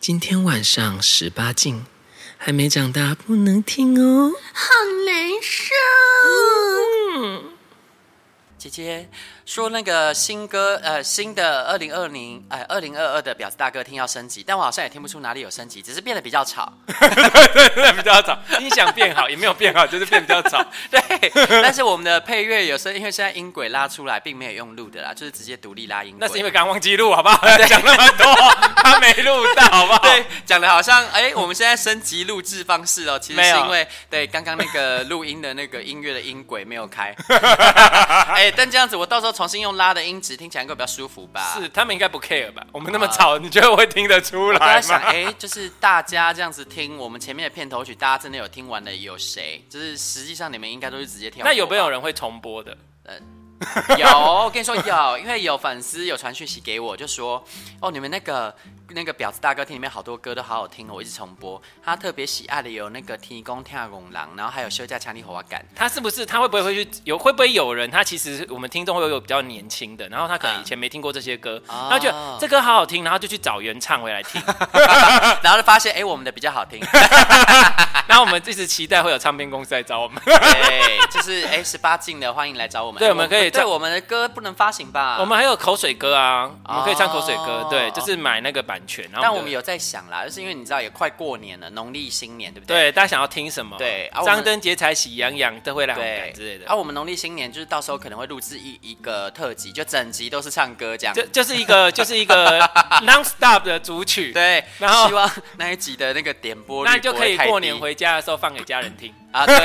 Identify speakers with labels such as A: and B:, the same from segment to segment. A: 今天晚上十八禁，还没长大不能听哦。
B: 好难受。
C: 姐姐说那个新歌，呃，新的二零二零，哎，二零二二的婊子大哥听要升级，但我好像也听不出哪里有升级，只是变得比较吵。
D: 对， 比较吵。音响变好也没有变好，就是变比较吵。
C: 对，但是我们的配乐有时候因为现在音轨拉出来，并没有用录的啦，就是直接独立拉音轨。
D: 那是因为刚刚忘记录，好不好？讲那么多，他没录到，好不好？
C: 对，讲的好像哎、我们现在升级录制方式哦，其实
D: 没
C: 是
D: 有
C: 因为对刚刚那个录音的那个音乐的音轨没有 开。哎、但这样子我到时候重新用拉的音质，听起来应该比较舒服吧？
D: 是，他们应该不 care 吧？我们那么吵，你觉得我会听得出
C: 我在
D: 来
C: 想，
D: 吗？
C: 哎、就是大家这样子听我们前面的片头曲，大家真的有听完的有谁？就是实际上你们应该都是直接跳过吧。
D: 那有没有人会重播的？
C: 有，我跟你说有，因为有粉丝有传讯息给我，就说哦，你们那个那个婊子大哥厅里面好多歌都好好听哦，我一直重播。他特别喜爱的有那个《天公跳拱狼》，然后还有《休假强力火感》。
D: 他是不是他会不会会去有会不会有人他其实我们听众会有比较年轻的，然后他可能
C: 嗯
D: 以前没听过这些歌，
C: 哦
D: 然后就这歌好好听，然后就去找原唱回来 听，
C: 然后就发现哎、我们的比较好听。
D: 然后我们一直期待会有唱片公司来找我们，
C: 对，就是哎，十、八禁的欢迎来找我们。
D: 对
C: 哎
D: 我们可
C: 对
D: 以唱
C: 我们的歌不能发行吧？
D: 我们还有口水歌啊，我们可以唱口水歌
C: 哦，
D: 对，就是买啊那个版权，然后
C: 但我们
D: 有
C: 有在想啦，就是因为你知道也快过年了，农历新年对不对？
D: 对大家想要听什么，
C: 对啊我们
D: 张灯结彩、喜洋洋、都会来
C: 对
D: 感之类的
C: 啊，，我们农历新年就是到时候可能会录制一一个特辑，就整集都是唱歌这样。
D: 就就是 一个就是一个 non stop 的主 曲，
C: 对，
D: 然后
C: 希望那一集的那个点播率
D: 那就
C: 不
D: 可
C: 会
D: 以
C: 太
D: 过
C: 低
D: 年回家的时候放给家人听。
C: 啊。对，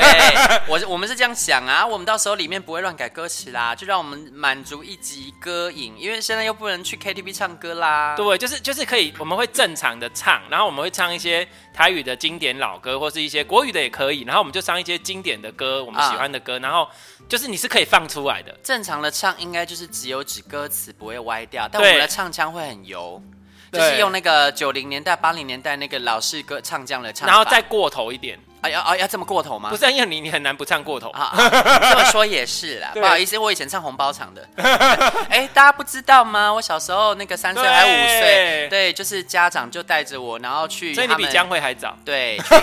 C: 我是我们是这样想啊，我们到时候里面不会乱改歌词啦，就让我们满足一集歌瘾，因为现在又不能去 KTV 唱歌啦。
D: 对，就是就是可以，我们会正常的唱，然后我们会唱一些台语的经典老歌，或是一些国语的也可以，然后我们就唱一些经典的歌，我们喜欢的
C: 嗯
D: 歌，然后就是你是可以放出来的，
C: 正常的唱应该就是只有指歌词不会歪掉，但我
D: 对
C: 们的唱腔会很油，就
D: 对
C: 是用那个九零年代、八零年代那个老式歌唱腔的唱法。
D: 然后再过头一点，
C: 啊要啊要这么过头吗？
D: 不是因为你你很难不唱过头，
C: 啊，啊 这么说也是啦，
D: 对
C: 不好意思，我以前唱红包场的。 哎、大家不知道吗？我小时候那个三岁还五岁，
D: 对
C: 对，就是家长就带着我，然后去
D: 所以
C: 他
D: 你
C: 们
D: 比江蕙还早。
C: 对。去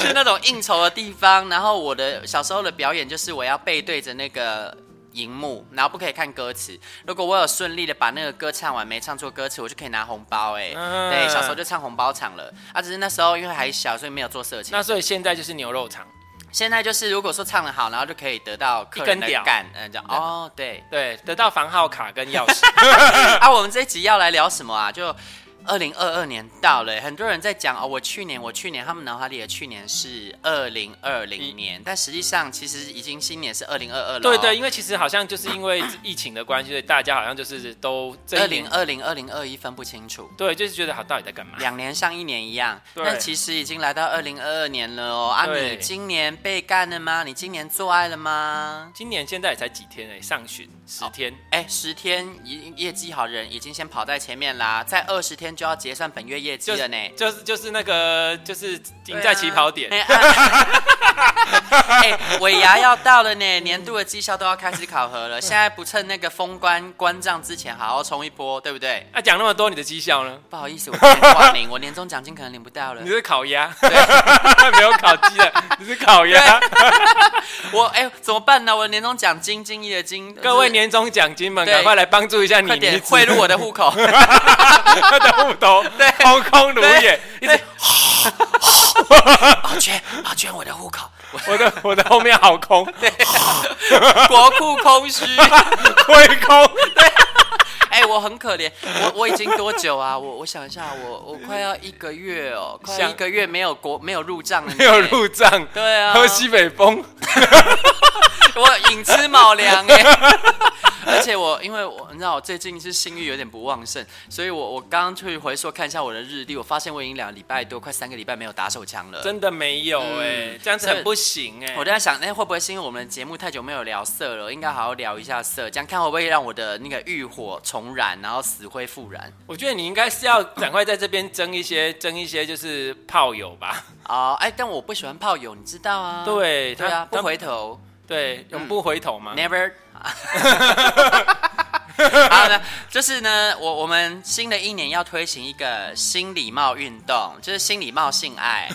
C: 去那 种应酬的地方，然后我的小时候的表演就是我要背对着那个荧幕，然后不可以看歌词。如果我有顺利的把那个歌唱完，没唱错歌词，我就可以拿红包、哎、
D: 嗯
C: 对，小时候就唱红包场了。啊，只是那时候因为还小，所以没有做色情。
D: 那所以现在就是牛肉肠，
C: 现在就是如果说唱的好，然后就可以得到客人的
D: 一根屌。
C: 感，嗯，这样哦，对
D: 对，得到房号卡跟钥匙，
C: 啊，我们这一集要来聊什么啊？就二零二二年到了，很多人在讲哦，我去年，我去年，他们脑海里的去年是二零二零年，但实际上其实已经新年是二零二二了。哦
D: 对对，，因为其实好像就是因为疫情的关系，所以大家好像就是都这一
C: 二
D: 年
C: 零二零、二零二一分不清楚。
D: 对，就是觉得好到底在干嘛？
C: 两年像一年一样，
D: 对
C: 那其实已经来到二零二二年了哦。啊，你
D: 对
C: 今年被干了吗？你今年做爱了吗？
D: 今年现在也才几天哎、上旬十天。
C: 哎，十天业业绩好人已经先跑在前面啦，在二十天就要结算本月业绩
D: 就
C: 了
D: 是
C: 呢。
D: 就是就是那个就是赢在起跑点，
C: 欸对啊。 哎、啊哎尾牙要到了呢，年度的绩效都要开始考核 了。现在不趁那个封关关账之前，好好冲一波，对不对？
D: 啊，讲那么多，你的绩效呢？
C: 不好意思，我今天挂零，我年终奖金可能领不到了
D: 你。是烤鸭， 没有烤鸡的，你是烤鸭。
C: 我哎、怎么办呢？我的年终奖金，敬业的金，
D: 各位
C: 就是
D: 年终奖金们，
C: 对
D: 赶快来帮助一下你，
C: 快点
D: 你
C: 汇入我的户口。
D: 他的户头，
C: 对
D: 空空如也。一直
C: 对，宝娟，宝娟，我的户口，我
D: 我的我的后面好空，
C: 国库空虚。
D: 灰 空。
C: 哎、我很可怜，我我已经多久啊？我我想一下，我我快要一个月哦，快要
D: 想
C: 一个月没有国没有入账了呢，
D: 没有入账，
C: 对 啊
D: 喝西北风，
C: 我寅吃卯 粮哎。而且我因为我你知道我最近是性欲有点不旺盛，所以我我刚刚去回溯看一下我的日历，我发现我已经两个礼拜多，快三个礼拜没有打手枪了。
D: 真的没有哎，这样子很不行
C: 我
D: 哎。
C: 在想，那、会不会是因为我们的节目太久没有聊色了？应该好好聊一下色，这样看会不会让我的那个欲火重燃，然后死灰复燃？
D: 我觉得你应该是要赶快在这边争一些
C: 嗯
D: 争一些，就是炮友吧。
C: 哦，哎，但我不喜欢炮友，你知道啊？
D: 对
C: 对
D: 他
C: 啊，不
D: 他
C: 回头
D: 对，永不回头嘛。
C: ，never。 好呢，就是呢，我我们新的一年要推行一个新礼貌运动，就是新礼貌性 爱。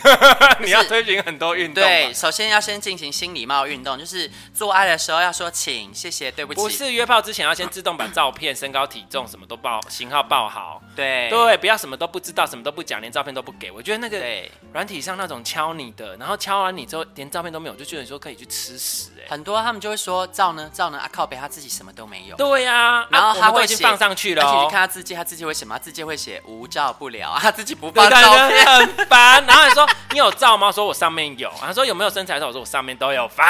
D: 你要推行很多运动吧，
C: 对，首先要先进行新礼貌运动，就是做爱的时候要说请、谢谢、对不起。
D: 不是约炮之前要先自动把照片、身高、体重什么都报型号报好，
C: 对
D: 对，不要什么都不知道，什么都不讲，连照片都不给。我觉得那个
C: 对，
D: 软体上那种敲你的，然后敲完你之后连照片都没有，我就觉得说可以去吃屎哎、
C: 很多他们就会说照呢照呢啊靠北，他自己什么都没有。
D: 对呀、啊，
C: 然后
D: 我
C: 他
D: 们都
C: 会
D: 已经
C: 写
D: 放上去了、
C: 而且
D: 哦
C: 你看，他字迹，他字迹会什么？他字迹会写无照不了啊，他自己不
D: 对
C: 放
D: 对
C: 照
D: 对，
C: 片。
D: 很烦。然后他说你有照吗？我说我上面有。他说有没有身材照？我说我上面都有放。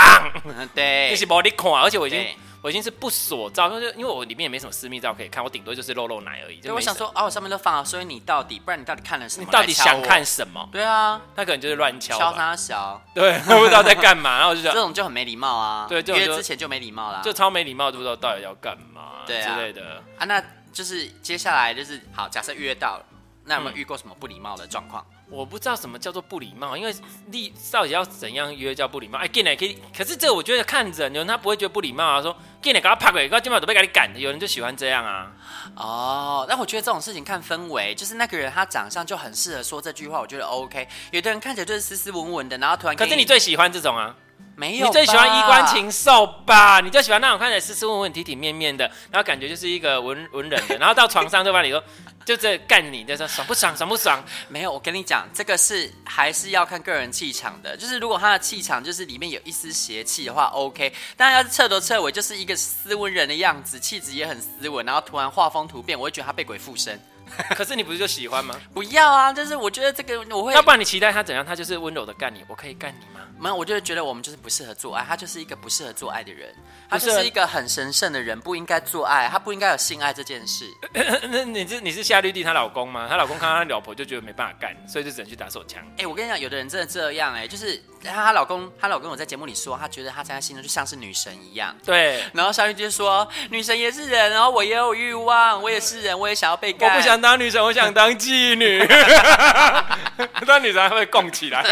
C: 嗯
D: 你
C: 对
D: 是，没你看，啊而且我已经
C: 对
D: 我已经是不锁照，就是因为我里面也没什么私密照可以看，我顶多就是露露奶而已。就
C: 对，我
D: 没什
C: 想
D: 么
C: 说啊，我上面都放了，所以你到底，不然你到底看了什么？
D: 你到底
C: 来敲
D: 想
C: 我？
D: 看什么？
C: 对啊，
D: 他可能就是乱敲
C: 敲
D: 吧。
C: 他小，
D: 对，我不知道在 干嘛，然后我就觉
C: 这
D: 得
C: 种就啊很没礼貌啊。
D: 对这种
C: 约
D: 就
C: 之前就没礼貌啦。
D: 就超没礼貌，不知道到底要干嘛之
C: 对啊
D: 类的。
C: 啊，那就是接下来就是好，假设约到了，那有
D: 嗯
C: 没有遇过什么不礼貌的状况？
D: 我不知道什么叫做不礼貌，因为立到底要怎样约叫不礼貌？哎，进来可以，可是这个我觉得看人，有人他不会觉得不礼貌啊，说进来给他拍鬼，给他肩膀都被给你赶的，有人就喜欢这样啊。
C: 哦，那我觉得这种事情看氛围，就是那个人他长相就很适合说这句话，我觉得 OK。有的人看起来就是斯斯文文的，然后突然
D: 可
C: 给
D: 是你最喜欢这种啊，
C: 没
D: 你
C: 有，
D: 最喜欢衣冠。禽兽吧？你就喜欢那种看起来斯斯文文、体体面面的，然后感觉就是一个文 文人的，然后到床上就把你说就这干你，就说爽不爽？爽不爽？
C: 没有，我跟你讲，这个是还是要看个人气场的。就是如果他的气场就是里面有一丝邪气的话，OK。但要是彻头彻尾就是一个斯文人的样子，气质也很斯文，然后突然画风突变，我会觉得他被鬼附身。
D: 可是你不是就喜欢吗？
C: 不要啊！就是我觉得这个我会
D: 要不然你期待他怎样？他就是温柔的干你，我可以干你吗？
C: 没有，我就是觉得我们就是不适合做爱，他就是一个不适合做爱的人，他就
D: 不是
C: 是一个很神圣的人，不应该做爱，他不应该有性爱这件事。
D: 呃那你是你是夏绿蒂她老公吗？她老公看到她老婆就觉得没办法干，所以就只能去打手枪。
C: 哎、我跟你讲，有的人真的这样、哎，就是她她老公，她老公有在节目里说，她觉得她在她心中就像是女神一样。
D: 对，
C: 然后小雨就说：“女神也是人，然后我也有欲望，我也是人，我也想要被
D: 我
C: 干。”
D: 不想当女神，我想当妓 女。当女神还会供起来。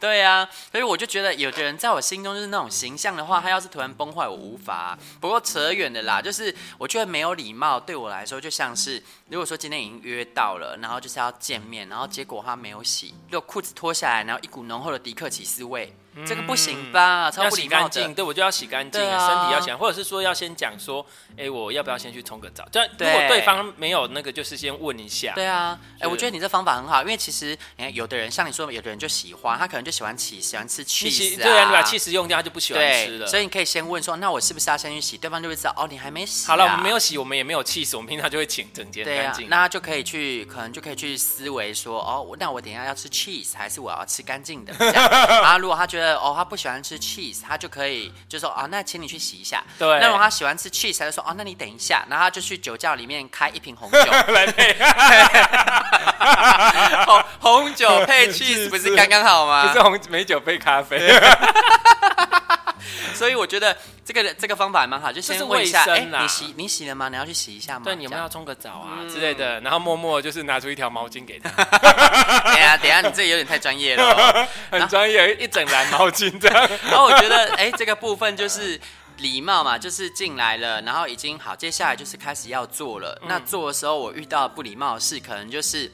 C: 对啊，所以我就觉得有的人在我心中就是那种形象的话，他要是突然崩坏，我无法啊、不过扯远了啦，就是我觉得没有礼貌，对我来说就像是，如果说今天已经约到了，然后就是要见面，然后结果他没有洗，就裤子脱下来，然后一股浓厚的迪克起司味，这个不行吧？超
D: 嗯要
C: 不
D: 洗
C: 礼貌
D: 干
C: 的
D: 净，。对我就要洗干净，
C: 对啊
D: 身体要洗干净，或者是说要先讲说，哎、我要不要先去冲个澡？这样如
C: 对
D: 果对方没有那个，就是先问一下。
C: 对啊，哎、
D: 是
C: 我觉得你这方法很好，因为其实你看，有的人像你说，有的人就喜欢，他可能就喜欢起，喜欢吃
D: 你洗
C: cheese
D: 对啊，你把气势用掉，他就不喜欢吃
C: 对，
D: 了。
C: 所以你可以先问说，那我是不是要先去洗？对方就会知道哦，你还没洗、啊。
D: 好了，我们没有洗，我们也没有气死，我们平常就会请整间
C: 对
D: 干
C: 啊
D: 净。，
C: 那他就可以去，可能就可以去思维说，哦，我那我等一下要吃 cheese 还是我要吃干净的？这 样然后如果他觉得哦他不喜欢吃 cheese，他就可以就说啊、那请你去洗一下。
D: 对
C: 那如果他喜欢吃 cheese，他就说哦，那你等一下，然后他就去酒窖里面开一瓶红酒，
D: 来配，
C: 红哦红酒配 cheese 不是刚刚好吗？
D: 不是 红美酒配咖啡。
C: 所以我觉得这个这个方法还蛮好，就
D: 这是
C: 先
D: 卫
C: 问一下，
D: 生
C: 哎、
D: 啦
C: 你洗你洗了吗？你要去洗一下吗？
D: 对，你有
C: 这
D: 没有
C: 样
D: 要冲个澡啊、之类的？然后默默就是拿出一条毛巾给他，
C: 等一下等一下，你这有点太专业了哦。
D: 很专业，一整篮毛巾这 样。
C: 然后我觉得，哎、这个部分就是礼貌嘛，就是进来了，然后已经好，接下来就是开始要做了。
D: 嗯
C: 那做的时候，我遇到不礼貌的事，可能就是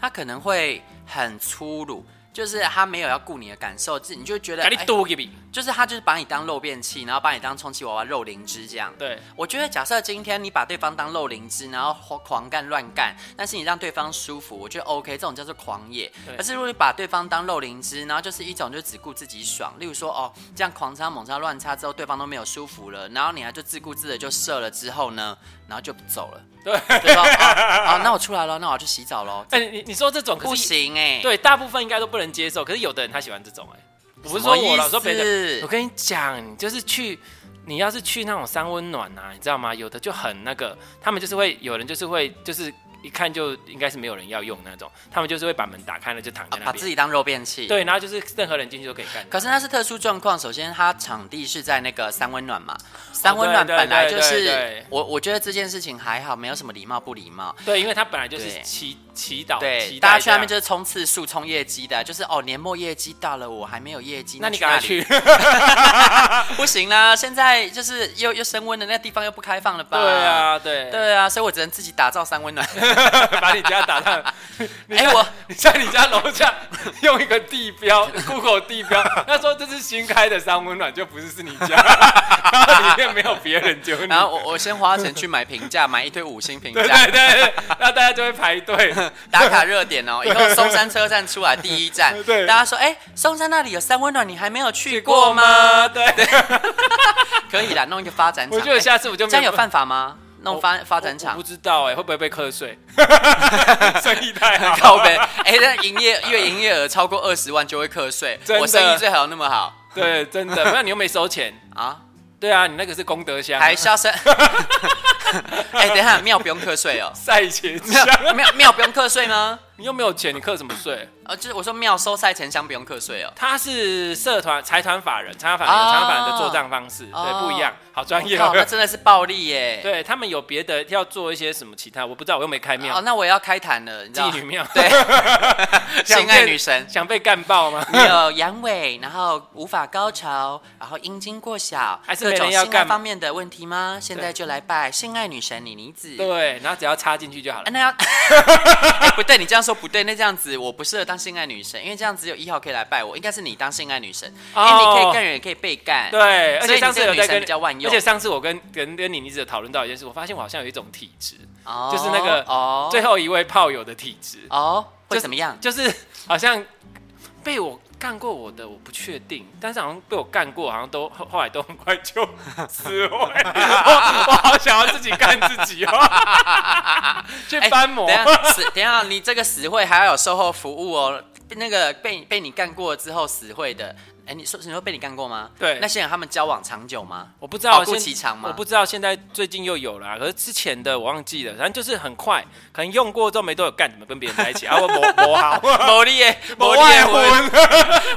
C: 他可能会很粗鲁。就是他没有要顾你的感受，自你就觉得，
D: 把你
C: 哎
D: 嘟给你。
C: 就是他就是把你当肉便器，然后把你当充气娃娃、肉灵芝这样。
D: 对，
C: 我觉得假设今天你把对方当肉灵芝，然后狂干乱干，但是你让对方舒服，我觉得 OK，这种叫做狂野
D: 对。
C: 可是如果你把对方当肉灵芝，然后就是一种就只顾自己爽，例如说哦这样狂插猛插乱插之后，对方都没有舒服了，然后你还就自顾自的就射了之后呢，然后就走了。
D: 对
C: 就说哦哦，那我出来了，那我要去洗澡 喽。
D: 哎、你你说这种可是
C: 不行哎、
D: 对，大部分应该都不能接受，可是有的人他喜欢这种哎、我不是说
C: 什么
D: 我
C: 意
D: 啦，我说别人。
C: 思
D: 我跟你讲，你就是去，你要是去那种三温暖啊，你知道吗？有的就很那个，他们就是会有人就是会就是一看就应该是没有人要用那种，他们就是会把门打开了就躺在
C: 啊
D: 那
C: 把自
D: 边。
C: 己当肉便器。
D: 对，然后就是任何人进去都可以 干。
C: 可是那是特殊状况。首先，它场地是在那个三温暖嘛，三温暖
D: 哦对对
C: 本来就
D: 对对
C: 是
D: 对
C: 我，我觉得这件事情还好，没有什么礼貌不礼貌。
D: 对，因为他本来就是
C: 对
D: 七祈祷，
C: 对，
D: 期
C: 大
D: 待
C: 家去那边
D: 这
C: 就
D: 样
C: 是冲次数、冲业绩的，就是哦，年末业绩到了，我还没有业绩，
D: 那你
C: 赶
D: 赶
C: 快
D: 快去，
C: 不行啦，现在就是又又升温了，那地方又不开放了吧？
D: 对，啊，对，
C: 对啊，所以我只能自己打造三温 暖。
D: 把你家打烂。 你
C: 哎
D: 在
C: 我
D: 你在你家楼下用一个地标，Google 地标，他说这是新开的三温暖，就不是是你家， 然后里面没有别人，就你。
C: 然后我我先花钱去买评价，买一堆五星评
D: 对
C: 价
D: 对，对对，那大家就会排队。
C: 打卡热点哦。以后松山车站出来第一站，
D: 对
C: 大家说，哎，松山那里有三温暖，你还没有去 过吗？？
D: 对，
C: 可以啦，弄一个发展场。
D: 我觉得
C: 哎
D: 下次我就
C: 这样
D: 没
C: 有犯法吗？弄发
D: 我
C: 发展
D: 我
C: 场
D: 不。知道哎，会不会被课税？ 生意太好，
C: 靠呗，哎、那营业月营业额超过二十万就会课税
D: 真，的
C: 我生意最好那么好
D: 对，真的，不然你又没收钱。
C: 啊，
D: 对啊，你那个是功德箱，
C: 还是要生。 哎、等一下，庙不用课税 哦，
D: 赛前
C: 庙
D: 箱，
C: 庙庙不用课税吗？
D: 你又没有钱，你课什么税？
C: 呃，就是我说庙收赛前香不用课税哦。
D: 他是社团财团法人，财团法人有财团法人的做账方式，对，
C: 哦
D: 不一样，好专业
C: 靠，那
D: 哦。
C: 真的是暴利耶。。
D: 对他们有别的要做一些什么其他，我不知道，我又没开
C: 哦，
D: 庙，
C: 那我也要开坛了，你知道
D: 妓女庙，
C: 对，
D: 想
C: 性爱
D: 被
C: 女神。
D: 想被干爆吗？
C: 你有阳痿，然后无法高潮，然后阴茎过小，
D: 还是
C: 各
D: 没
C: 种
D: 人要
C: 性爱
D: 干
C: 方面的问题吗？现在就来拜性爱女神妮妮子。
D: 对，然后只要插进去就好
C: 啊，
D: 了。
C: 那 要、 哎不对，你这样说不对。那这样子，我不适合当性爱女神，因为这样只有一号可以来拜我，应该是你当性爱女神，
D: 哦
C: 因为你可以干人，也可以被干。
D: 对，而
C: 所以
D: 且
C: 你
D: 上次
C: 这个
D: 有
C: 女
D: 在
C: 神
D: 跟，
C: 比较万用
D: 而且上次我跟跟跟你一直讨论到一件事，我发现我好像有一种体质，
C: 哦
D: 就是那个
C: 哦
D: 最后一位炮友的体质，
C: 哦会
D: 就
C: 怎么样？
D: 就是好像被我干过我的，我不确定，但是好像被我干过，好像都后后来都很快就死亡。我我好想要自己干自己哦，去
C: 哎
D: 翻模。
C: 等一下死，等一下，你这个死会还要有售后服务哦。那个被被你干过之后死会的，哎、你说你说被你干过吗？
D: 对
C: 那些人他们交往长久 吗？
D: 我不知道
C: 保护
D: 现
C: 期长吗
D: 我不知道现在最近又有了、啊，可是之前的我忘记了，反正就是很快，可能用过之后没多久干，怎么跟别人在一起啊？我磨 磨好，
C: 魔力耶，
D: 我
C: 魔力耶！我
D: 婚，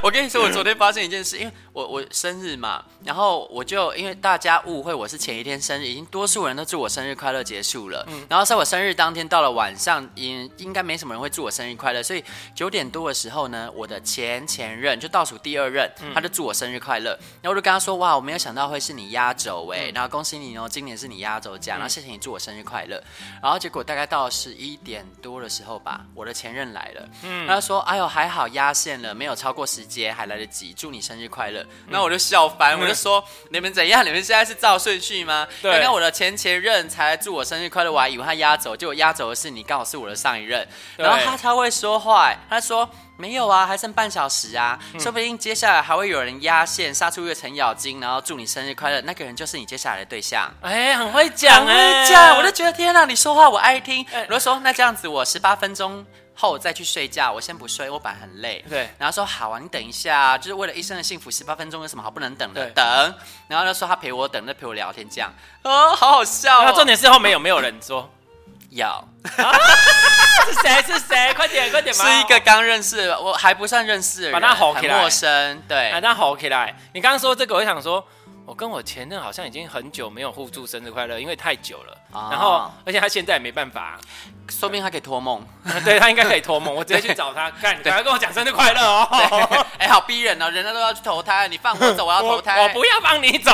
C: 我跟你说，我昨天发现一件事，因为我我生日嘛，然后我就因为大家误会我是前一天生日，已经多数人都祝我生日快乐结束了。然后在我生日当天到了晚上，应应该没什么人会祝我生日快乐，所以九点多的时候呢，我的前前任就倒数第二任，他就祝我生日快乐，然后我就跟他说：“哇，我没有想到会是你压轴哎、然后恭喜你哦，今年是你压轴奖，然后谢谢你祝我生日快乐。”然后结果大概到十一点多的时候吧，我的前任来了，
D: 嗯
C: 他说：“哎呦，还好压线了，没有超过时间，还来得及，祝你生日快
D: 嗯
C: 乐。”那我就笑翻，我就说：“你们怎样？你们现在是照顺序吗？
D: 对
C: 刚刚我的前前任才来祝我生日快乐，我还以为他压轴，结果压轴的是你，刚好是我的上一任。
D: 对
C: 然后他超会说话、哎他说。”没有啊，还剩半小时啊，
D: 嗯
C: 说不定接下来还会有人压线，杀出一个程咬金，然后祝你生日快乐。那个人就是你接下来的对象。
D: 哎、很会讲
C: 很
D: 哎、
C: 会讲，我就觉得天哪，你说话我爱听
D: 哎。
C: 我就说那这样子，我十八分钟后再去睡觉，我先不睡，我本来很累。
D: 对
C: 然后说好啊，你等一下，就是为了一生的幸福，十八分钟有什么好不能等的？
D: 对
C: 等。然后他说他陪我等，那陪我聊天这样，哦，好好笑、
D: 那
C: 哦。
D: 啊重点是后面有没有人 说
C: 有
D: 是谁是谁？快点快点嘛！
C: 是一个刚认识，我还不算认识的人，
D: 把他吼
C: 很
D: 起来
C: 陌生，对。
D: 啊，那好起来。你刚刚说这个，我就想说，我跟我前任好像已经很久没有互助生日快乐，因为太久了。
C: 哦
D: 然后，而且他现在也没办法、
C: 说不定他可以托梦，
D: 对他应该可以托梦，我直接去找他， 看，赶快跟我讲生日快乐 哦。
C: 哎、好逼人哦！人家都要去投胎，你放我走，我要投胎。
D: 我不要放 你走。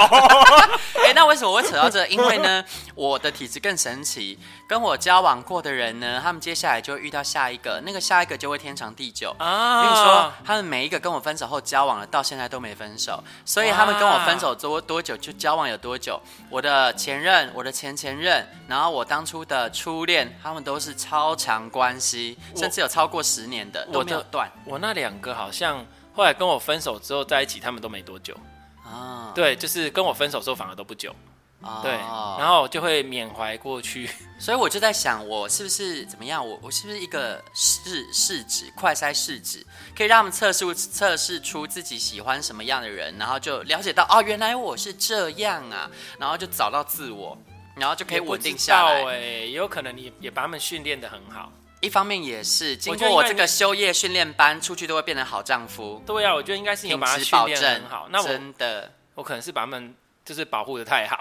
C: 哎、那为什么会扯到这？因为呢，我的体质更神奇，跟我交往过的人呢，他们接下来就会遇到下一个，那个下一个就会天长地久。
D: 啊
C: 跟你说，他们每一个跟我分手后交往了，到现在都没分手，所以他们跟我分手多多久就交往有多久。我的前任、我的前前任，然后我当初的初恋，他们都是超长关系，
D: 我
C: 甚至有超过十年的都
D: 我
C: 没有
D: 的
C: 断
D: 我那两个好像后来跟我分手之后在一起，他们都没多久。
C: 啊。
D: 对，就是跟我分手之后反而都不久。对，
C: 哦
D: 然后就会缅怀过去。
C: 所以我就在想，我是不是怎么样？我我是不是一个试试纸快筛试纸，可以让他们测试测试出自己喜欢什么样的人，然后就了解到哦，原来我是这样啊，然后就找到自我，然后就可以稳定下
D: 也不知道
C: 来。
D: 哎、也有可能你也把他们训练的很好。
C: 一方面也是经
D: 我觉得
C: 过
D: 因为
C: 我这个休业训练班，出去都会变成好丈夫，
D: 对啊，我觉得应该是你有
C: 品
D: 把他
C: 质
D: 训
C: 保
D: 练
C: 证
D: 得很好。那我
C: 真的
D: 我可能是把他们就是保护的太好。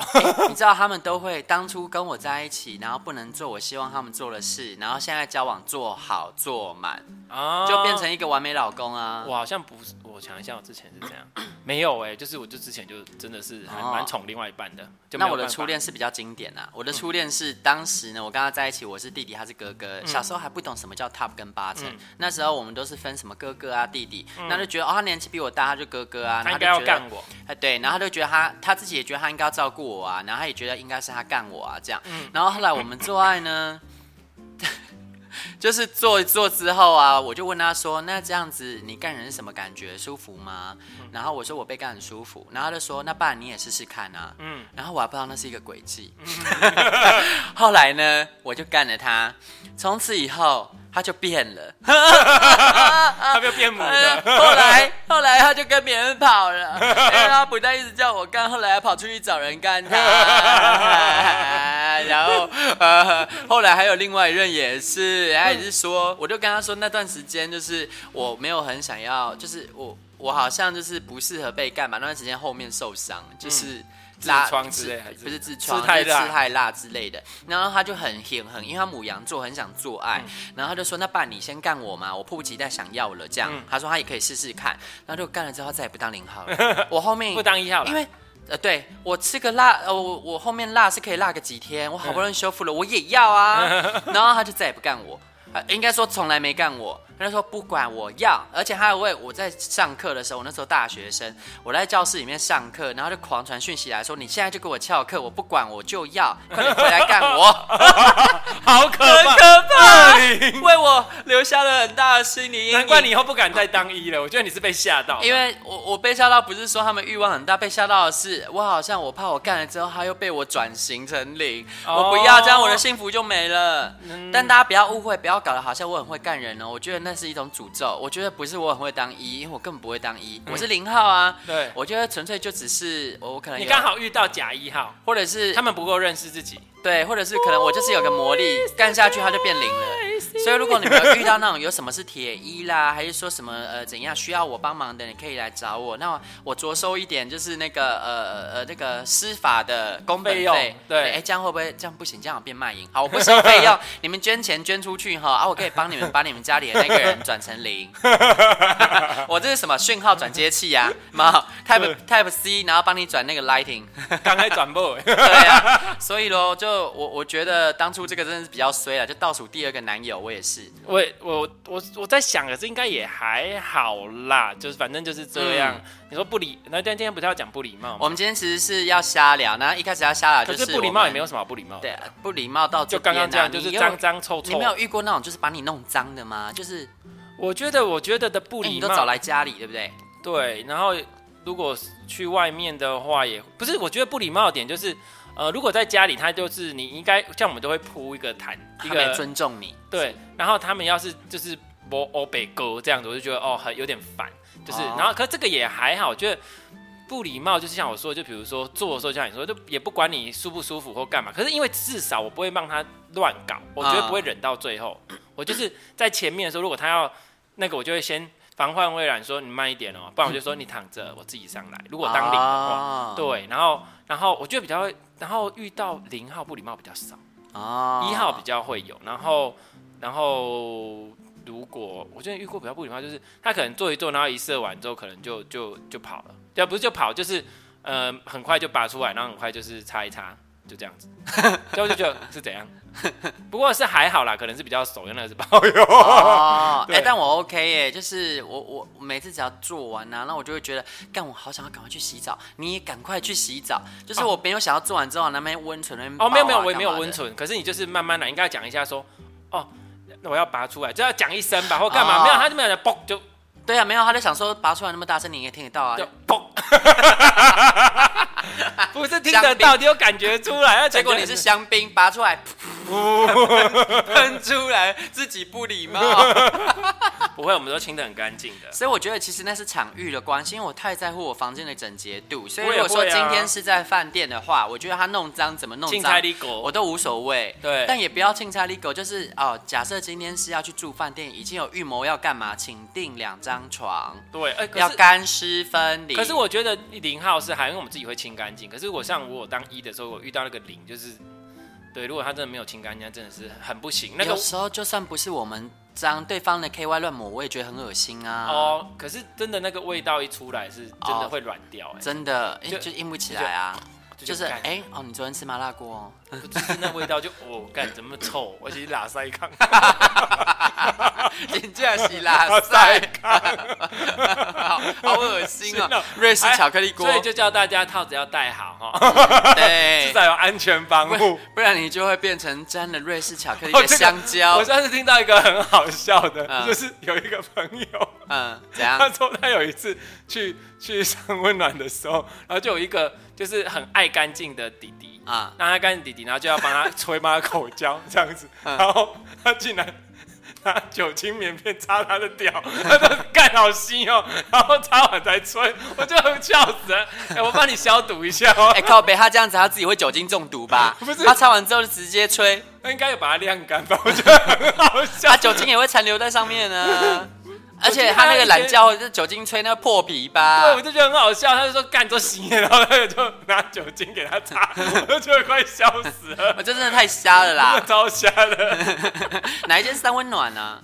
C: 你知道他们都会当初跟我在一起，然后不能做我希望他们做的事，然后现在交往做好做满，
D: 啊
C: 就变成一个完美老公啊。
D: 我好像不是，我想一下，我之前是 怎样？没有哎、就是我就之前就真的是还
C: 哦
D: 蛮宠另外一半的。就没
C: 那
D: 有
C: 我的
D: 办法嗯
C: 初恋是比较经典啊，我的初恋是当时呢，我跟他在一起，我是弟弟，他是哥哥。
D: 嗯
C: 小时候还不懂什么叫 top 跟八成，那时候我们都是分什么哥哥啊弟弟，那就觉得哦他年纪比我大，他就哥哥啊，
D: 嗯
C: 然
D: 他应
C: 后
D: 该
C: 就
D: 要
C: 觉
D: 干
C: 得
D: 我，
C: 哎对，然后他就觉得他他自己也觉得他应该要照顾我啊，然后他也觉得应该是他干我啊这样。然后后来我们做爱呢。 就是做一做之后啊，我就问他说：“那这样子你干人是什么感觉？舒服吗？”然后我说：“我被干很舒服。”然后他就说：“那不然你也试试看啊。”
D: 嗯，
C: 然后我还不知道那是一个诡计。 后来呢，我就干了他，从此以后他就变了。
D: 他没有变母
C: 呃
D: 的，
C: 后 来后来他就跟别人跑了，因为他不但一直叫我干，后来还跑出去找人干 他。然后呃，后来还有另外一任也是，他也是说，我就跟他说那段时间就是我没有很想要，就是我我好像就是不适合被干嘛，那段时间后面受伤就是。拉
D: 嗯痔疮之类还是
C: 不是痔疮，
D: 吃太
C: 就是
D: 辣
C: 吃太辣之类的。然后他就很很很，因为他母羊座很想做爱，
D: 嗯
C: 然后他就说：“那爸，你先干我嘛，我迫不及待想要了。”这样，
D: 嗯
C: 他说他也可以试试看。然后就干了之后，他再也不当零号 了。我后面
D: 不当一号
C: 因
D: 了。
C: 为呃，对我吃个辣，呃，我我后面辣是可以辣个几天，我好不容
D: 嗯
C: 易修复了，我也要啊。 然后他就再也不干我，呃、应该说从来没干我。他就说不管我要，而且他还为我在上课的时候，我那时候大学生，我在教室里面上课，然后就狂传讯息来说，你现在就给我翘课，我不管我就要，快点回来干我，
D: 好可
C: 很
D: 怕，
C: 可怕，
D: 恶灵
C: 为我留下了很大的心理阴影。
D: 难怪你以后不敢再当一了。我觉得你是被吓到的，
C: 因为我我被吓到，不是说他们欲望很大，被吓到的是我好像我怕我干了之后，他又被我转型成零，
D: 哦嗯
C: 我不要这样，我的幸福就没了。但大家不要误会，不要搞得好像我很会干人哦，我觉得那是一种诅咒。我觉得不是我很会当一，因为我根本不会当一，我是零号啊。
D: 嗯对
C: 我觉得纯粹就只是我我可能
D: 你
C: 有
D: 刚，好遇到假一号，
C: 或者是
D: 他们不够认识自己。
C: 对，或者是可能我就是有个魔力，干下去它就变零了。所以如果你们有遇到那种有什么是铁一啦，还是说什么呃怎样需要我帮忙的，你可以来找我。那我着收一点就是那个呃呃那个施法的工本
D: 费
C: 费
D: 用对
C: 哎、这样会不会这样不行？这样我变卖淫。好，我不 收费用，你们捐钱捐出去哈啊，我可以帮你们把你们家里的那个人转成 零。我这是什么讯号转接器呀、啊？ 嘛 Type Type C，然后帮你转那个 Lighting。
D: 刚才转播，
C: 对啊，所以咯，就我我觉得当初这个真的是比较衰了，就倒数第二个男友，我也是。
D: 我我我我在想，可是应该也还好啦，就是反正就是这样。你说不礼，那但今天不是要讲不礼貌吗？
C: 我们今天其实是要瞎聊，那一开始要瞎聊
D: 可
C: 哦就是是
D: 不礼貌也没
C: 有
D: 有什么好不礼貌的，
C: 对啊不礼貌到
D: 就
C: 这
D: 刚
C: 边啊
D: 刚这样，就是
C: 你有
D: 脏脏臭
C: 你
D: 臭
C: 没。有遇过那种就是把你弄脏的吗？就是
D: 我觉得我觉得的不
C: 哎
D: 礼
C: 你都找
D: 貌，
C: 来家里对不对？
D: 对，然后如果去外面的话也不是，我觉得不礼貌的点就是。呃，如果在家里，他就是你应该像我们都会铺一个毯，一
C: 他没
D: 个
C: 尊重你，
D: 对，然后他们要是就是摸欧北沟这样子，我就觉得哦，很有点烦。就是，
C: 哦
D: 然后可这个也还好，我觉得不礼貌，就是像我说的，就比如说做的时候，就像你说，就也不管你舒不舒服或干嘛。可是因为至少我不会让他乱搞，我绝对不会忍到最后。我就是在前面的时候，如果他要那个，我就会先防患未然，说你慢一点哦，不然我就说你躺着，我自己上来。如果当零的话，
C: 哦
D: 对，然后然后我觉得比较会，然后遇到零号不礼貌比较少。
C: 哦
D: 一号比较会有，然后然后如果我最近遇过比较不礼貌，就是他可能做一做，然后一射完之后，可能就就就跑了，对啊，不是就跑，就是呃很快就拔出来，然后很快就是擦一擦，就这样 子，所以我就觉得是怎样。不过是还好啦，可能是比较熟，用那个是包邮。
C: 哦，哎、
D: 对
C: 但我 OK 耶，就是我我我每次只要做完啊，那我就会觉得，干，我好想要赶快去洗澡，你也赶快去洗澡。就是我没有想要做完之后那边温存那边、 啊
D: 哦，没有没有，我也没有温。存，可是你就是慢慢来，应该讲一下说，哦，那我要拔出来，就要讲一声吧，或干嘛？
C: 哦
D: 没有，他就没有嘣就
C: 对啊，没有，他就想说拔出来那么大声，你也听得到啊
D: 就。 嘣。不是听得到，你有感觉出来，那
C: 结果
D: 感
C: 你
D: 觉
C: 是香槟，拔 出来，噗喷出来，自己不礼貌。
D: 不会，我们都清的很干净的。
C: 所以我觉得其实那是场域的关系，因为我太在乎我房间的整洁度。所以
D: 我
C: 如
D: 也
C: 果说
D: 会
C: 今
D: 啊
C: 天是在饭店的话，我觉得他弄脏怎么弄
D: 进
C: 脏
D: 菜，里狗，
C: 我都无所谓。
D: 对
C: 但也不要清差立狗，就是哦，假设今天是要去住饭店，已经有预谋要干嘛，请订两张床，
D: 对，哎、可
C: 要
D: 是
C: 干湿分离。
D: 可是我觉得零号是还，因为我们自己会清干净。可是我像我有当一的时候，我遇到那个零就是，对，如果他真的没有清干净，他真的是很不行。那个
C: 有时候就算不是我们脏，对方的 KY 乱抹，我也觉得很恶心啊。
D: 哦，可是真的那个味道一出来，是真的
C: 哦
D: 会软掉、哎、
C: 真的，
D: 就
C: 就就硬不起来啊。
D: 就
C: 就是
D: 干
C: 哎、哦，你昨天吃麻辣锅、哦，
D: 就是那味道就哦，干怎么臭？我其实拉塞 康，
C: 人家是 拉塞，好好恶心
D: 真的
C: 哦！瑞士
D: 哎
C: 巧克力锅，
D: 所以就叫大家套子要戴好哈，至
C: 对，
D: 少有安全防护
C: 不。不然你就会变成沾了瑞士巧克力
D: 哦
C: 的
D: 这个
C: 香蕉。
D: 我上次听到一个很好笑的，
C: 嗯
D: 就是有一个朋友，
C: 嗯，怎
D: 他
C: 样？
D: 说他有一次去去上温暖的时候，然后就有一个就是很爱干净的弟弟
C: 啊
D: 那他干净弟弟，然后就要帮他吹抹口胶 这样子，
C: 嗯
D: 然后他竟然。拿酒精棉片擦他的屌，他说干好稀哦，然后擦完才吹，我就很笑死了。哎、我帮你消毒一下哦
C: 哎、，靠北，他这样子他自己会酒精中毒吧？
D: 不是
C: 他擦完之后就直接 吹，
D: 他应该有把它晾干吧？我觉得很好笑
C: 他。酒精也会残留在上面 呢。而且他那个懒觉，这酒精吹那个破皮
D: 对，
C: 吧
D: 哦我，就觉得很好笑。他就说干都行，然后他就拿酒精给他擦，我就觉得快笑死了，
C: 我这真的太瞎了啦！
D: 超瞎的。
C: 哪一间三温暖啊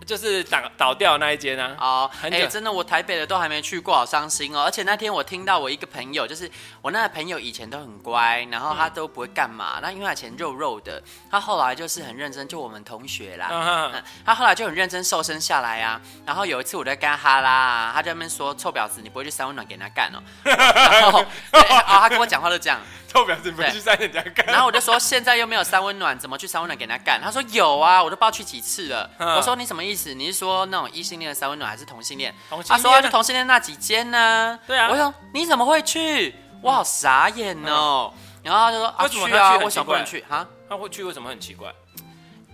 C: 呢、
D: 就是倒倒掉的那一间啊。
C: 哦，哎、
D: 很久
C: 真的，我台北的都还没去过，好伤心哦。而且那天我听到我一个朋友，就是我那个朋友以前都很乖，然后他都不会干
D: 嗯
C: 嘛。那、因为他以前肉肉的，他后来就是很认真，就我们同学啦。
D: 啊哈
C: 嗯他后来就很认真瘦身下来啊，然后有一次我在跟他哈拉、啊，他在那边说臭婊子，你不会去三温暖给人家干哦，然后对，哦，他跟我讲话都这样，
D: 臭婊子，你不去在人家
C: 然
D: 干。
C: 后我就说现在又没有三温暖，怎么去三温暖给人家干？他说有啊，我都不知道去几次了。
D: 嗯
C: 我说你什么意思？你是说那种异性恋的三温暖还是同性恋？
D: 同性
C: 他
D: 恋啊
C: 说他就同性恋那几间呢、
D: 对啊
C: 我说你怎么会去？我好傻眼哦。然后他就说啊
D: 为什么
C: 去啊，
D: 他去
C: 为什
D: 很
C: 么
D: 奇
C: 不能
D: 怪
C: 去啊？
D: 他会去为什么很奇怪？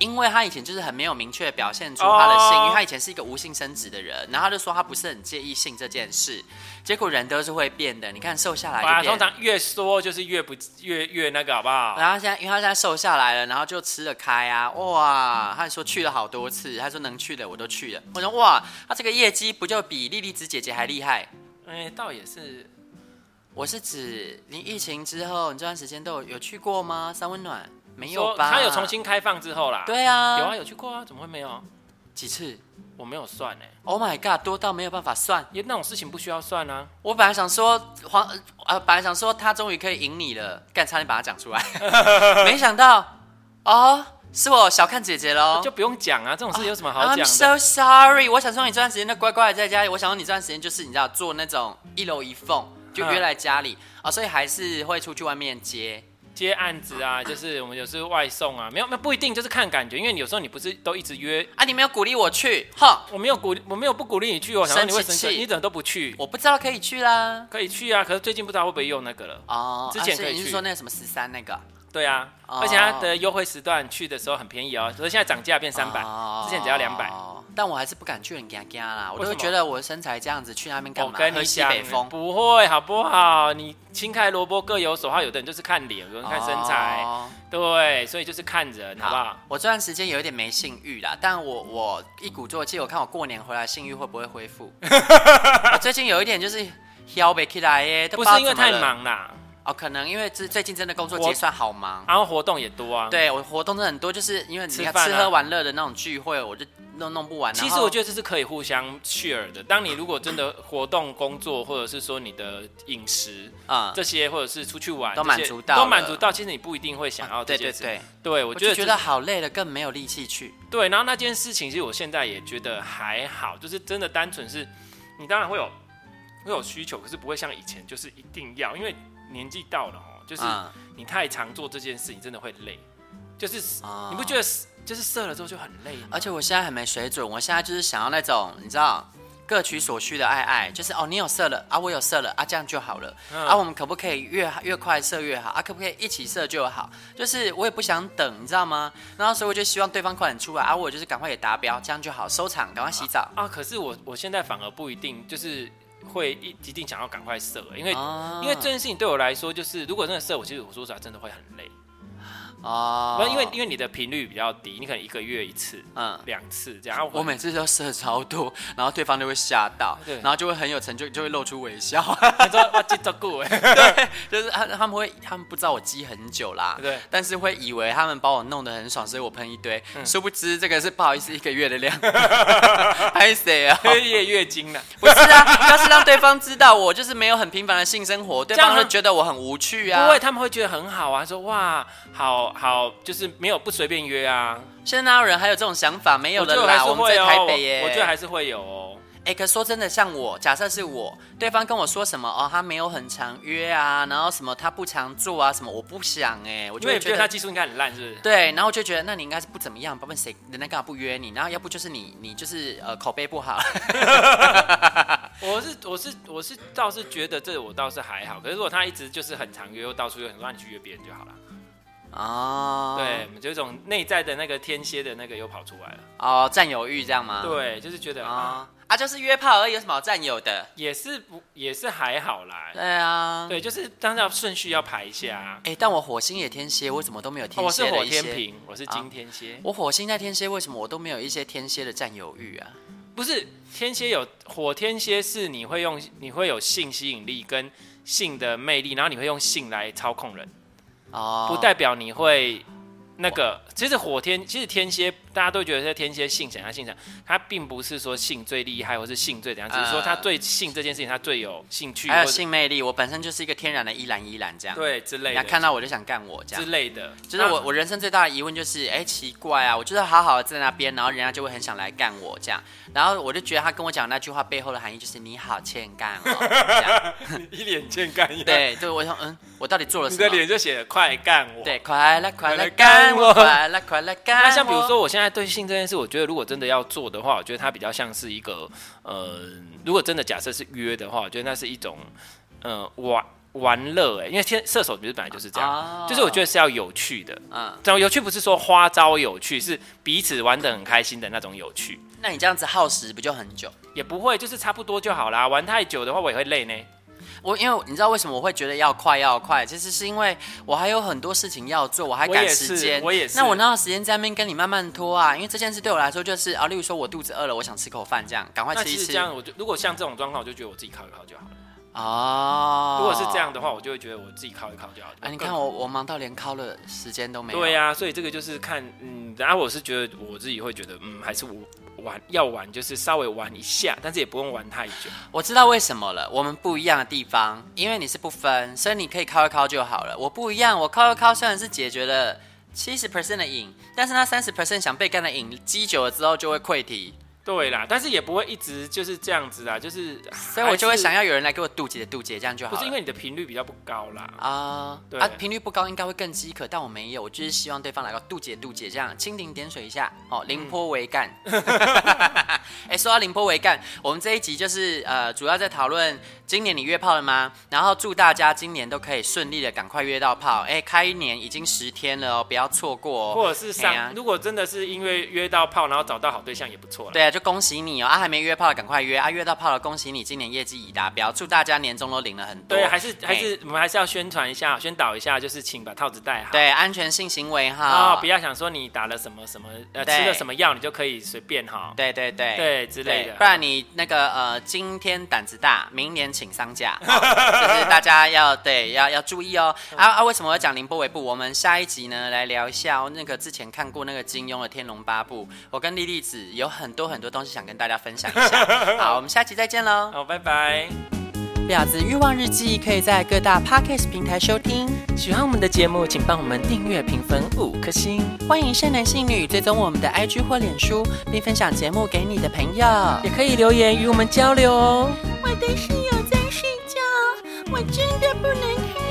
C: 因为他以前就是很没有明确地表现出他的性欲
D: 哦
C: 他以前是一个无性生殖的人，然后他就说他不是很介意性这件事，结果人都是会变的，你看瘦下来就
D: 啊，
C: 变
D: 通常越说就是越不越越那个，好不好？
C: 然后现在，因为他现在瘦下来了，然后就吃得开啊，哇！他还说去了好多次，他说能去的我都去了。我说哇，他这个业绩不就比莉莉子姐姐还厉害？
D: 哎，倒也是，
C: 我是指你疫情之后，你这段时间都有有去过吗？三温暖没有
D: 说
C: 吧？
D: 他有重新开放之后啦。，
C: 对啊，
D: 有啊，有去过啊，怎么会没有？
C: 几次
D: 我没有算哎，
C: ？Oh my god，多到没有办法算。
D: 也那种事情不需要算啊。
C: 我本来想说黄呃，本来想说他终于可以赢你了，干差点把他讲出来， 没想到哦，是我小看姐姐喽
D: 就。不用讲啊，这种事有什么好讲
C: I'm
D: 的？
C: so sorry，我想说你这段时间都乖乖的在家里，我想说你这段时间就是你知道做那种一楼一缝，就
D: 嗯
C: 约来家里啊、所以还是会出去外面接。
D: 接案 子啊，就是我们有时候外送啊，没有，那不一定，就是看感觉，因为你有时候你不是都一直约，
C: 啊，你没有鼓励我去，哼，
D: 我没有鼓，我没有不鼓励你去哦，我想说你会生
C: 生气
D: 气，
C: 气
D: 你怎么都不去？
C: 我不知道可以去啦。
D: 可以去啊，可是最近不知道会不会用那个了。
C: 哦，
D: 之前
C: 啊所
D: 可以
C: 你是
D: 去
C: 说那个什么十三那个？
D: 对啊，
C: 哦
D: 而且它的优惠时段去的时候很便宜哦，所以现在涨价变三百、
C: 哦
D: 之前只要两百。。
C: 但我还是不敢去，很尴尬啦。我
D: 为
C: 都
D: 什么
C: 会觉得我身材这样子去那边干
D: 我
C: 嘛？
D: 跟
C: 喝
D: 你
C: 西
D: 讲
C: 北风，。
D: 不会好不好？你青菜萝卜各有所好，有的人就是看脸，有的人看身材，
C: 哦
D: 对，所以就是看人，好不好？
C: 我这段时间有一点没性欲啦，但我我一鼓作气，我看我过年回来性欲会不会恢 复。我最近有一点就是腰不起来耶，都
D: 不
C: 知道
D: 是因为
C: 怎么
D: 太
C: 了
D: 忙啦，
C: 哦，可能因为最最近真的工作
D: 我
C: 结算好忙。
D: 然后活动也多啊。，
C: 对我活动真的很多，就是因为你看
D: 吃饭啊
C: 吃喝玩乐的那种聚会，我就弄弄不完。
D: 其实我觉
C: 得
D: 得这是可以互相 share 的。当你如果真的活动、工作，或者是说你的饮食
C: 啊，
D: 这些，或者是出去玩，
C: 都
D: 这些
C: 满足到
D: 都
C: 了啊
D: 满足到，其实你不一定会想要这
C: 对
D: 些
C: 对
D: 事。
C: 对，
D: 对，我
C: 我
D: 觉
C: 就
D: 得
C: 觉
D: 这
C: 得好累了，更没有力气去。
D: 对，然后那件事情，其实我现在也觉得还好，就是真的单纯是，你当然会有会有需求，可是不会像以前就是一定要，因为年纪到了哦，就是
C: 啊
D: 你太常做这件事情，真的会累，就是
C: 啊
D: 你不觉得就是射了之后就很累吗？
C: 而且我现在很没水准，我现在就是想要那种你知道各取所需的爱爱，就是哦，你有射了啊，我有射了啊，这样就好了、
D: 嗯
C: 啊。我们可不可以越越快射越好啊？可不可以一起射就好？就是我也不想等，你知道吗？然后所以我就希望对方快点出来啊，我就是赶快也达标，这样就好，收场，赶快洗澡。
D: 啊，可是我我现在反而不一定就是会一一定想要赶快射，欸因为、
C: 啊
D: 因为这件事情对我来说，就是如果真的射，我其实我说实话真的会很累，
C: 哦
D: 啊不、因为因为你的频率比较低，你可能一个月一次、
C: 嗯。
D: 两次这样。啊
C: 我每次都射超多，然后对方就会吓到
D: 对，
C: 然后就会很有成就，就会露出微笑。
D: 你知道我记照顾哎，
C: 对， 就是他他们会，他们不知道我积很久啦，
D: 对
C: 但是会以为他们把我弄得很爽，所以我喷一堆，
D: 嗯
C: 殊不知这个是不好意思一个月的 量，拍谁啊？
D: 夜月经了。
C: 不是啊，要是让对方知道我就是没有很频繁的性生活，对
D: 这
C: 方
D: 样
C: 会
D: 他
C: 觉得我很无趣啊
D: 不。会，他们会觉得很好啊，说哇，好好，就是没有不随便约啊。
C: 现在哪有人还有这种想法？没有
D: 我觉
C: 了
D: 得还
C: 啦，
D: 是
C: 我们
D: 会
C: 在
D: 哦，
C: 台北耶。
D: 我觉得还是会有哦。
C: 哎、可说真的，像我，假设是我，对方跟我说什么哦，他没有很常约啊，然后什么他不常做啊，什么我不想哎、我
D: 因
C: 就
D: 为
C: 会
D: 你觉得他技术应该很烂，是不是？
C: 对，然后就觉得那你应该是不怎么样，不问谁人家干嘛不约你，然后要不就是你你就是呃口碑不 好，
D: 我是我是我是倒是觉得这我倒是还好，可是如果他一直就是很常约，又到处约，很多，那你去约别人就好了。
C: 哦，
D: 对，有一种内在的那个天蝎的那个又跑出来了。
C: 哦占有欲这样吗？
D: 对，就是觉得啊，
C: 啊啊就是约炮而已，有什么好占有的？
D: 也是不也是还好啦。
C: 对啊，
D: 对，就是当然要顺序要排一下啊。
C: 哎、但我火星也天蝎，我怎么都没有
D: 哦
C: 嗯天
D: 我是
C: 蝎的
D: 火
C: 一些？哦
D: 天平，我是金天蝎。
C: 我火星在天蝎，为什么我都没有一些天蝎的占有欲啊？
D: 不是天蝎有火，天蝎是你会用你会有性吸引力跟性的魅力，然后你会用性来操控人，
C: 哦，
D: 不代表你会那个。其实火天，其实天蝎大家都觉得这天蝎性怎样性怎样，他并不是说性最厉害或是性最怎样，只是说他
C: 呃
D: 对性这件事情他最有兴趣，
C: 还
D: 或
C: 有
D: 者
C: 性魅力，我本身就是一个天然的依兰依兰这样，
D: 对之类
C: 人家
D: 的
C: 看到我就想干我这
D: 之
C: 样。
D: 类的，
C: 就是我，我人生最大的疑问就是，哎、奇怪啊，我就是好好的在那边，然后人家就会很想来干我这样，然后我就觉得他跟我讲那句话背后的含义就是你好欠干哦，这样，
D: 那一脸欠干样，
C: 对，对我想，嗯，我到底做了
D: 你
C: 什
D: 的
C: 么？
D: 脸就写快干我。
C: 对，快来快
D: 来
C: 来干
D: 干
C: 我，
D: 我
C: 快来快来干我。
D: 那像比如说，我现在对性这件事，我觉得如果真的要做的话，我觉得它比较像是一个，呃，如果真的假设是约的话，我觉得那是一种，呃，玩玩乐哎、因为天射手其实本来就是这样，
C: 哦
D: 就是我觉得是要有趣的。
C: 嗯，
D: 这种有趣不是说花招有趣，是彼此玩的很开心的那种有趣，
C: 那你这样子耗时不就很久？
D: 也不会就是差不多就好啦。玩太久的话，我也会累呢。
C: 我因为你知道为什么我会觉得要快要快，其实是因为我还有很多事情要做，我还
D: 我也
C: 赶时
D: 是
C: 间。
D: 我也是
C: 那我哪有时间在那边跟你慢慢拖啊？因为这件事对我来说就是啊，例如说我肚子饿了，我想吃口饭，这样赶快
D: 那
C: 吃
D: 其
C: 一
D: 实
C: 吃。
D: 这样，我就如果像这种状况，我就觉得我自己靠一靠就好了。
C: 哦，
D: 如果是这样的话，我就会觉得我自己靠一靠就好了。
C: 啊，你
D: 更
C: 看我我忙到连敲的时间都没有。
D: 对、呀、所以这个就是看，嗯，然后我是觉得我自己会觉得，嗯，还是我玩要玩，就是稍微玩一下，但是也不用玩太久。
C: 我知道为什么了。我们不一样的地方，因为你是不分，所以你可以敲一敲就好了。我不一样，我敲一敲虽然是解决了七十 percent 的瘾，但是那三十 percent 想被干的瘾积久了之后就会溃堤。
D: 对啦，但是也不会一直就是这样子啦，就是，
C: 嗯所以我就会想
D: 要，
C: 要有人来给我渡劫渡劫，这样就好
D: 不
C: 了。
D: 是因为你的频率比较不高啦，
C: 啊、
D: 对嗯
C: 啊，频率不高应该会更饥渴，但我没有，我就是希望对方来个渡劫渡劫，这样蜻蜓点水一下，哦，凌波微 干。 哎、说到凌波微干，我们这一集就是呃，主要在讨论今年你约炮了吗？然后祝大家今年都可以顺利的赶快约到炮。哎、开年已经十天了哦，不要错过哦。
D: 或者是上，
C: 哎呀
D: 如果真的是因为约到炮，然后找到好对象也不错啦。
C: 对啊，就恭喜你哦！啊，还没约炮的赶快约啊，约到炮了，恭喜你，今年业绩已达标，祝大家年终都领了很多。
D: 对，还是
C: 哎
D: 还是我们还是要宣传一下，宣导一下，就是请把套子戴好。
C: 对安全性行为哈。
D: 啊、不要想说你打了什么什么，呃，
C: 对
D: 吃了什么药，你就可以随便哈。
C: 对对对
D: 对之类的
C: 不然你那个呃，今天胆子大，明年请丧 假，哦就是大家要对要要注意哦。啊啊，为什么要讲凌波微步？我们下一集呢来聊一下、哦、那个之前看过那个金庸的《天龙八部》，我跟莉莉子有很多很多东西想跟大家分享一 下。好，我们下期再见喽！
D: 好，拜拜。
C: 《啊婊子欲望日记》可以在各大 podcast 平台收听，
D: 喜欢我们的节目，请帮我们订阅、评分五颗星。
C: 欢迎善男信女追踪我们的 IG 或脸书，并分享节目给你的朋友。
D: 也可以留言与我们交流哦。
B: 我的室友在睡觉，我真的不能看。